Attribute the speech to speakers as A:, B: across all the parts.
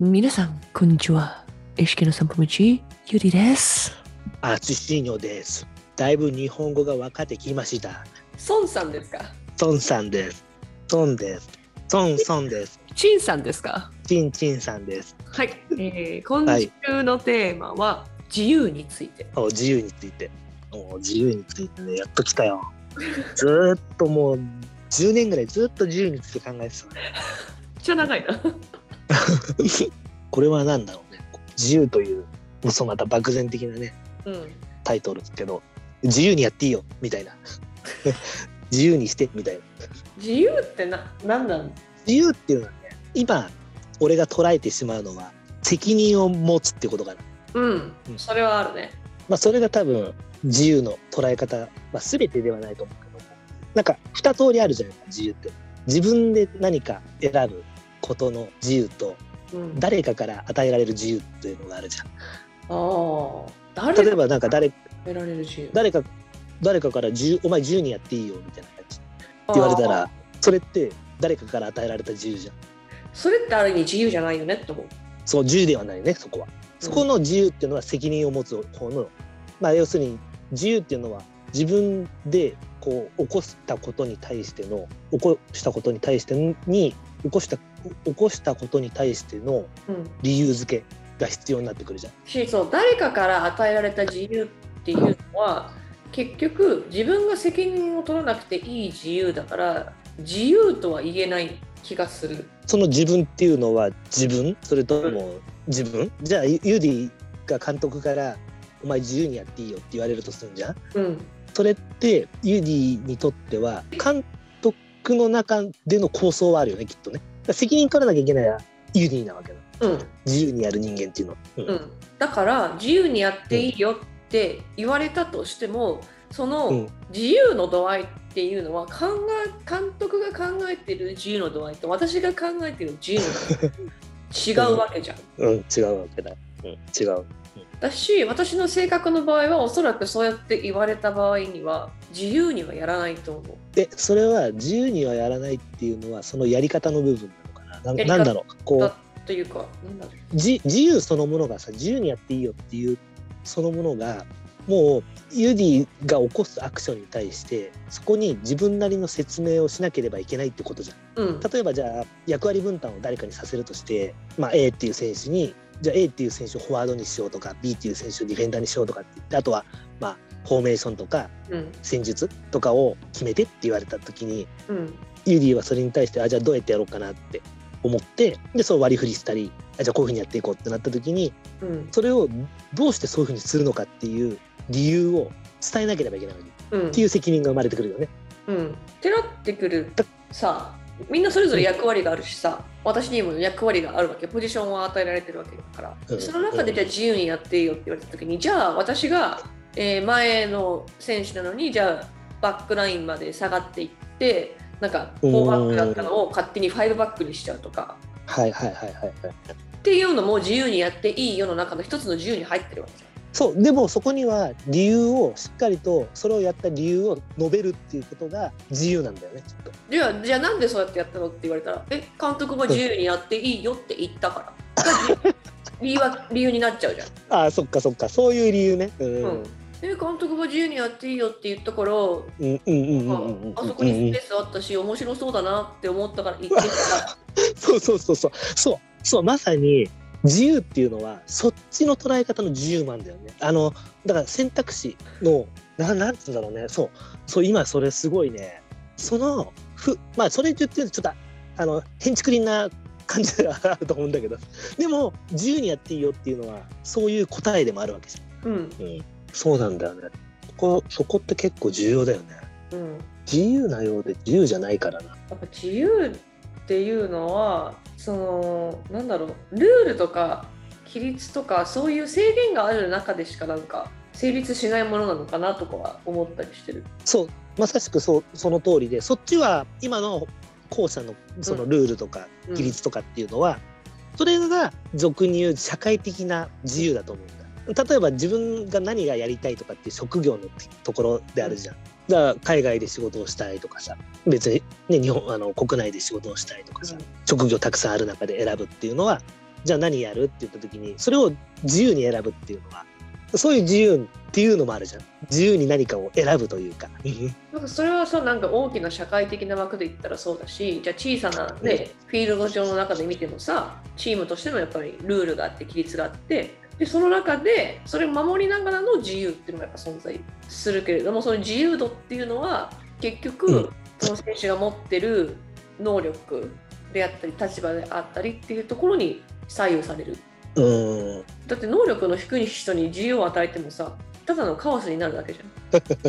A: 皆さん、こんにちは。意識の散歩道、ゆりです。
B: あちしのです。だいぶ日本語が分かってきました。
A: 孫さんですか
B: 孫さんです。孫です。孫孫です。
A: 陳さんですか
B: ちんちんさんです。
A: はい、えー、今週のテーマは自由について。
B: お自由について。お自由についてね、やっと来たよ。ずーっともう10年ぐらいずっと自由について考えてたね。
A: めっちゃ長いな。
B: これは何だろうね。自由という、そうまた漠然的なね、
A: うん。
B: タイトルですけど、自由にやっていいよ、みたいな。 自由にして、みたいな。
A: 自由ってな、なんなん
B: 自由っていうのはね今俺が捉えてしまうのは責任を持つってことかな、
A: うん
B: う。ん
A: それはあるね。
B: まあ、それが多分自由の捉え方、まあ、全てではないと思うけどなんか2通りあるじゃないですか自由って自分で何か選ぶことの自由と
A: うん。あ
B: 誰かから与えられる自由っていうのがあるじゃん
A: あ。誰
B: 例えばなんか誰
A: 得られる自由。
B: 誰か誰かから自由「お前自由にやっていいよ」みたいな感じって言われたらそれって誰かから与えられた自由じゃん
A: それってある意味自由じゃないよねって思う。
B: そう自由ではないねそこはそこの自由っていうのは責任を持つ方の、まあ、要するに自由っていうのは自分でこう起こしたことに対しての起こしたことに対してに起こした起こしたことに対しての
A: うん。
B: 理由付けが必要になってくるじゃん。
A: し、そう、誰かから与えられた自由っていうのは、結局自分が責任を取らなくていい自由だから、自由とは言えない気がする。
B: その自分っていうのは自分それとも自分じゃあユユディが監督から「お前自由にやっていいよ」って言われるとするんじゃん
A: うん。
B: それってユディにとっては監督の中での構想はあるよねきっとねだから責任取らなきゃいけないのはユディなわけだ
A: うん。
B: 自由にやる人間っていうのは、うん
A: うん、だから自由にやっていいよって言われたとしてもその自由の度合いっていうのは考え監督が考えてる自由の度合いと私が考えてる自由の度合い違うわけじゃん。
B: うん違うわけだ、うん、違う
A: だし私の性格の場合はおそらくそうやって言われた場合には自由にはやらないと思う。
B: でそれは自由にはやらないっていうのはそのやり方の部分なのかなな
A: やり方
B: なんだろうこう
A: だというかなんだろ
B: じ自由そのものがさ自由にやっていいよっていうそのものがもうユディが起こすアクションに対してそこに自分なりの説明をしなければいけないってことじゃん。
A: う。うん
B: 例えばじゃあ役割分担を誰かにさせるとして、まあ、A っていう選手にじゃあ A っていう選手をフォワードにしようとか B っていう選手をディフェンダーにしようとかって言ってあとはまあフォーメーションとか
A: うん
B: 戦術とかを決めてって言われた時に
A: うん
B: ユーディはそれに対してあじゃあどうやってやろうかなって思ってでそう割り振りしたりあじゃあこういうふうにやっていこうってなった時に
A: うん
B: それをどうしてそういうふうにするのかっていう理由を伝えなければいけないわけっ
A: うん
B: ていう責任が生まれてくるよね。
A: うん、ってなってくるさみんなそれぞれ役割があるしさ私にも役割があるわけポジションは与えられてるわけだから、
B: うん
A: その中でじゃあ自由にやっていいよって言われた時にじゃあ私が、えー前の選手なのにじゃあバックラインまで下がっていってなんか
B: うん
A: 4バックだったのを勝手に5バックにしちゃうとか
B: はいはいはいはい、はい
A: っていうのも自由にやっていい世の中の一つの自由に入ってるわけじゃん。
B: そうでもそこには理由をしっかりとそれをやった理由を述べるっていうことが自由なんだよねきっと
A: じゃあじゃあなんでそうやってやったのって言われたら「え監督は自由にやっていいよ」って言ったから だから理由は理由になっちゃうじゃん。
B: ああそっかそっかそういう理由ねうん
A: うんえ監督が自由にやっていいよって言ったから、
B: うんうんうんう
A: あ
B: んうんうん
A: あそこにスペースあったし面白そうだなって思ったから行ってきた
B: そうそうそうそうそうそうまさに自由っていうのはそっちの捉え方の自由なんだよねあのだから選択肢のななんつうんだろうねそうそう今それすごいねそのふまあそれ言ってるとちょっとあの変ちくりんな感じがあると思うんだけどでも自由にやっていいよっていうのはそういう答えでもあるわけじゃん
A: うん、
B: うん、そうなんだよねそこそこって結構重要だよね
A: うん、や
B: 自由なようで自由じゃないから
A: っ
B: な
A: ぱ自由っていうのはそのなんだろうルールとか規律とかそういう制限がある中でしかなんか成立しないものなのかなとかは思ったりしてる。
B: そうまさしくそうその通りでそっちは今の後者のそのルールとか
A: うん
B: 規律とかっていうのは、それが俗に言う社会的な自由だと思うんだ例えば自分が何がやりたいとかっていう職業のところであるじゃん、だから海外で仕事をしたいとかさ別にね日本あの国内で仕事をしたいとかさ、職業たくさんある中で選ぶっていうのはじゃあ何やるって言った時にそれを自由に選ぶっていうのはそういう自由っていうのもあるじゃん自由に何かを選ぶというか
A: なんかそれはそうなんか大きな社会的な枠で言ったらそうだしじゃあ小さな、
B: うん
A: ね、フィールド上の中で見てもさチームとしてのやっぱりルールがあって規律があってでその中でそれを守りながらの自由っていうのがやっぱ存在するけれどもその自由度っていうのは結局、
B: うん
A: その選手が持ってる能力であったり立場であったりっていうところに左右される
B: うーん
A: だって能力の低い人に自由を与えてもさただのカオスになるだけじ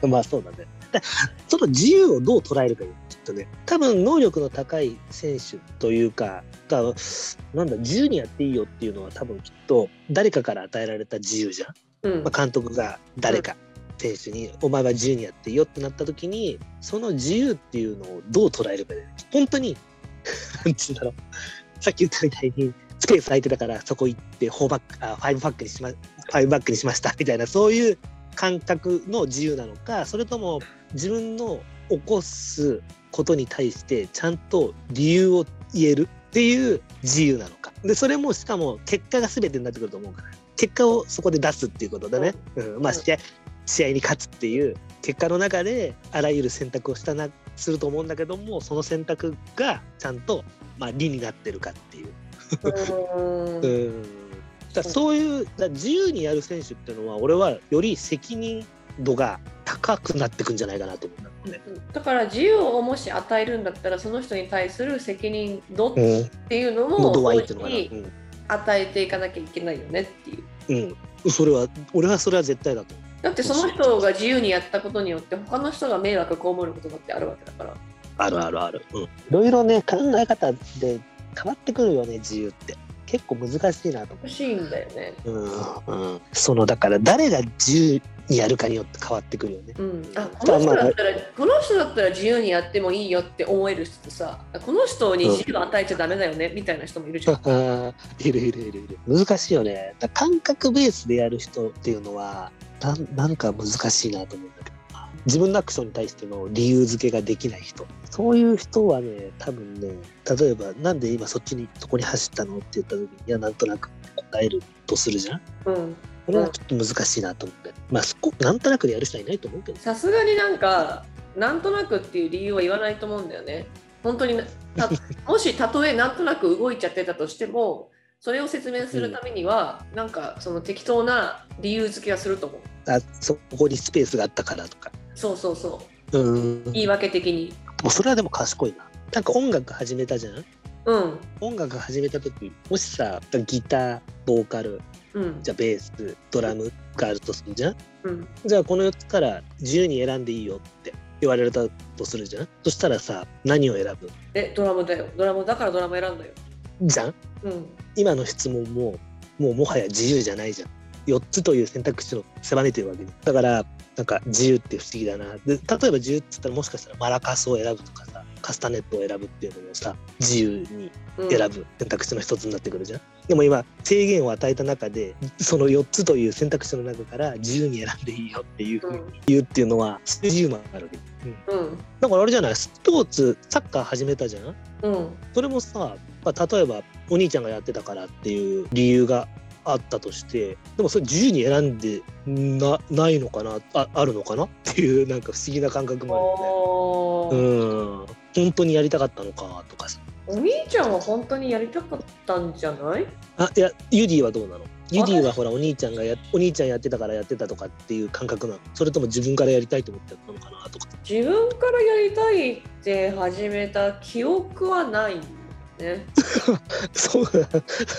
A: ゃん
B: まあそうだね。だその自由をどう捉えるかよ、きっとね。多分能力の高い選手というか、がなんだ、自由にやっていいよっていうのは多分きっと誰かから与えられた自由じゃん。
A: うん
B: まあ、監督が誰か選手に、お前は自由にやっていいよってなった時に、その自由っていうのをどう捉えるかで、本当に、 なんつうんだろう。さっき言ったみたいに、スペース空いてたからそこ行って、4バック、あ、5バックにしま、ファイブバックにしましたみたいな、そういう感覚の自由なのか、それとも自分の起こすことに対してちゃんと理由を言えるっていう自由なのか。で、それもしかも結果が全てになってくると思うから、結果をそこで出すっていうことだね。うん、まあ
A: うん
B: 試合、試合に勝つっていう結果の中であらゆる選択をしたな、すると思うんだけども、その選択がちゃんと、まあ、理になってるかっていう。
A: うーん
B: うんだからそういうだから自由にやる選手っていうのは俺はより責任度が高くなってくんじゃないかなと思うんだよね。
A: だから自由をもし与えるんだったらその人に対する責任度っ
B: うん、
A: ていうの
B: の
A: も
B: 度合いっていうの
A: 同
B: か
A: 時
B: な。
A: に与えていかなきゃいけないよねっていう
B: うん、うん、それは俺はそれは絶対だと思う。
A: だってその人が自由にやったことによって他の人が迷惑被ることだってあるわけだから
B: あるあるある。うん、いろいろね考え方で変わってくるよね自由って結構難しいなと思
A: 欲しいんだよね
B: う。うん、うん、そのだから誰が自由にやるかによって変わってくるよね。
A: うん、あこの人だったらこの人だったら自由にやってもいいよって思える人とさこの人に自由与えちゃダメだよねみたいな人もいる じゃん
B: いるいるいるいる難しいよねだ感覚ベースでやる人っていうのはなんなんか難しいなと思うんだけどな自分のアクションに対しての理由付けができない人そういう人はね多分ね例えばなんで今そっちにそこに走ったのって言った時にいやなんとなく答えるとするじゃん
A: うん
B: これはちょっと難しいなと思ってまあそこなんとなくでやる人はいないと思うけど
A: さすがになんかなんとなくっていう理由は言わないと思うんだよね本当に たもしたとえなんとなく動いちゃってたとしてもそれを説明するためには、なんかその適当な理由付けはすると思う
B: あそこにスペースがあったからとか
A: そうそうそう
B: うーん
A: 言い訳的に
B: もうそれはでも賢いななんか音楽始めたじゃん
A: うん
B: 音楽始めた時もしさギターボーカル
A: うん
B: じゃあベースドラムがあるとするじゃん
A: うん
B: じゃあこの4つから自由に選んでいいよって言われたとするじゃんそしたらさ何を選ぶ
A: えドラムだよドラムだからドラム選んだよ
B: じゃん
A: うん
B: 今の質問ももうもはや自由じゃないじゃん4つという選択肢を狭めてるわけだからなんか自由って不思議だなで例えば自由っつったらもしかしたらマラカスを選ぶとかさカスタネットを選ぶっていうのもさ自由に
A: うん
B: 選ぶ選択肢の一つになってくるじゃん。でも今制限を与えた中でその4つという選択肢の中から自由に選んでいいよっていうふう
A: う
B: に
A: ん
B: 言うっていうのは自由もあるわけ、
A: うん
B: だからあれじゃないスポーツサッカー始めたじゃん
A: うん
B: それもさ、まあ、例えばお兄ちゃんがやってたからっていう理由があったとしてでもそれ自由に選んでなないのかなああるのかなっていうなんか不思議な感覚もあるよね。
A: おー
B: うん本当にやりたかったのかとかさ
A: お兄ちゃんは本当にやりたかったんじゃない
B: あいやユディはどうなのユディはほらお兄ちゃんがやお兄ちゃんやってたからやってたとかっていう感覚なのそれとも自分からやりたいと思ってやったのか なとか
A: 自分からやりたいって始めた記憶はないんだよね。
B: そう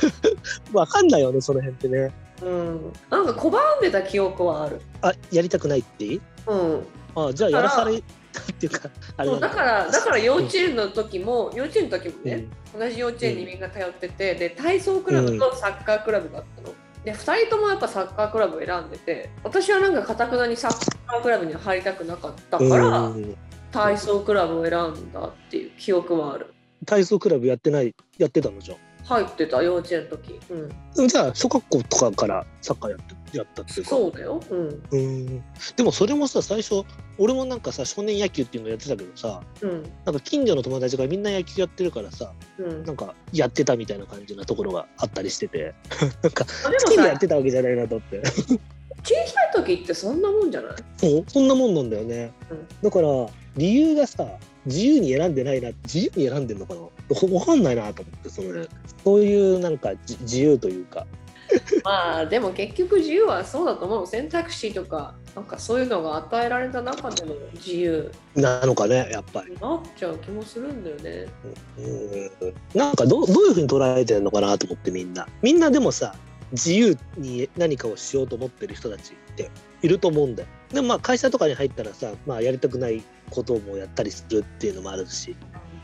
B: わかんないよねその辺ってね
A: うん、なんか拒んでた記憶はある。
B: あやりたくないっていい
A: うん、
B: あじゃあやらされたっていうかあれ
A: そう
B: な
A: んだからだから幼稚園の時も、幼稚園の時もね、同じ幼稚園に
B: うん
A: みんな通ってて、で体操クラブとサッカークラブだったの。で2人ともやっぱサッカークラブを選んでて私はなんかかたくなにサッカークラブには入りたくなかった
B: うん
A: から、
B: うん
A: 体操クラブを選んだっていう記憶はある
B: 体操クラブやってないやってたのじゃん
A: 入ってた幼稚園の時、うん、
B: うんじゃあ小学校とかからサッカーやってるやったっていうか
A: そうだよ、うん
B: うんでもそれもさ最初俺もなんかさ少年野球っていうのやってたけどさ
A: うん
B: なんか近所の友達がみんな野球やってるからさ
A: うん、
B: なんかやってたみたいな感じなところがあったりし ててなんか
A: あで
B: 好き
A: も
B: でやっ
A: さ
B: てたわけじゃないなと思って
A: 小さい時ってそんなもんじゃない
B: そうそんなもんなんだよね、
A: うん
B: だから理由がさ自由に選んでないな自由に選んでんのかなわわかんないなと思ってその辺そういうなんかじ自由というか
A: まあでも結局自由はそうだと思う選択肢とかなんかそういうのが与えられた中での自由
B: なのかねやっぱり、
A: になっちゃう気もするんだよね
B: うん、なんかどどういうふうに捉えてるのかなと思ってみんなみんなでもさ自由に何かをしようと思ってる人たちっていると思うんだよでもまあ会社とかに入ったらさ、まあ、やりたくないこともやったりするっていうのもあるし、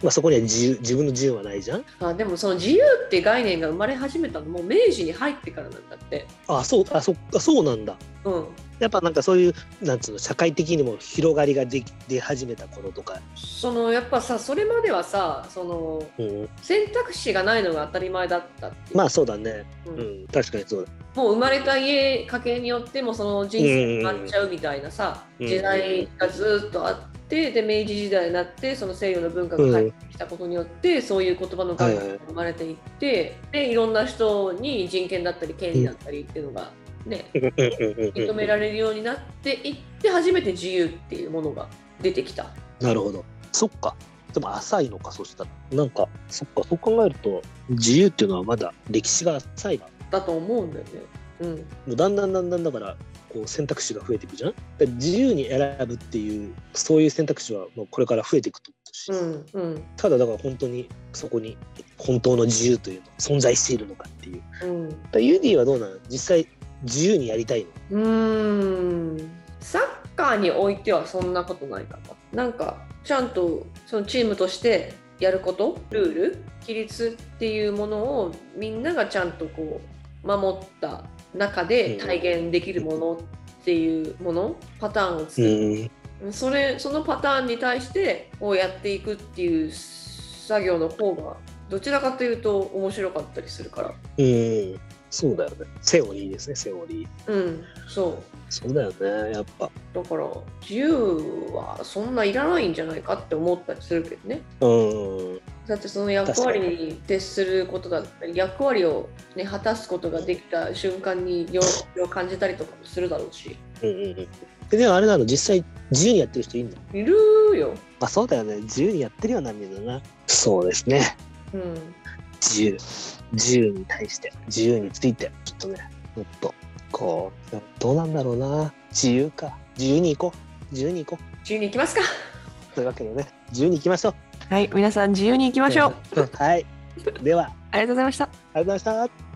B: まあ、そこには自由自分の自由はないじゃん
A: あでもその自由って概念が生まれ始めたのも明治に入ってからなんだって
B: あそうあそっかそうなんだ
A: うん
B: やっぱなんかそういうなんつうの社会的にも広がりができ出始めた頃とか、
A: そのやっぱさそれまではさその
B: うん、
A: 選択肢がないのが当たり前だったっていう
B: まあそうだね、
A: うん
B: うん、確かにそうだ
A: もう生まれた家家系によってもその人生が変わっちゃうみたいなさ、
B: うん
A: 時代がずっとあってで明治時代になってその西洋の文化が入ってきたことによって、そういう言葉の概念が生まれていって、いでいろんな人に人権だったり権利だったりっていうのが、ね
B: うんうんうんうん
A: 認められるようになっていって初めて自由っていうものが出てきた。
B: なるほどそっかでも浅いのかそしたらなんかそっかそう考えると自由っていうのはまだ歴史が浅いな
A: だと思うんだよね。うん、
B: もうだんだんだんだんだからこう選択肢が増えていくじゃんだから自由に選ぶっていうそういう選択肢はもうこれから増えていくと思うし、
A: うん、うん、
B: ただだから本当にそこに本当の自由というのは存在しているのかっていう
A: うん。
B: だユーディはどうなの実際自由にやりたいの
A: うーんサッカーにおいてはそんなことないかな。なんかちゃんとそのチームとしてやることルール規律っていうものをみんながちゃんとこう守った中で体現できるものっていうものパターンを作る、
B: ん
A: それそのパターンに対してこうやっていくっていう作業の方がどちらかというと面白かったりするから。
B: うんそうだよねセオリーですねセオリー
A: うん、そう
B: そうだよねやっぱ
A: だから自由はそんないらないんじゃないかって思ったりするけどね
B: うん
A: だってその役割に徹することだったり役割を、ね、果たすことができた瞬間に喜びを感じたりとかもするだろうし
B: うんうんうんえでもあれなの実際自由にやってる人いんの
A: いるよ、
B: あそうだよね自由にやってるよなみんななそうですね
A: うん、
B: 自由自由に対して自由についてちょっとねもっとこうどうなんだろうな自由か自由に行こう自由に行こ
A: 自由に行きますか
B: うというわけでね自由に行きましょう
C: はい、皆さん自由に行きましょう。
B: うんはいでは
C: ありがとうございました。
B: ありがとうございました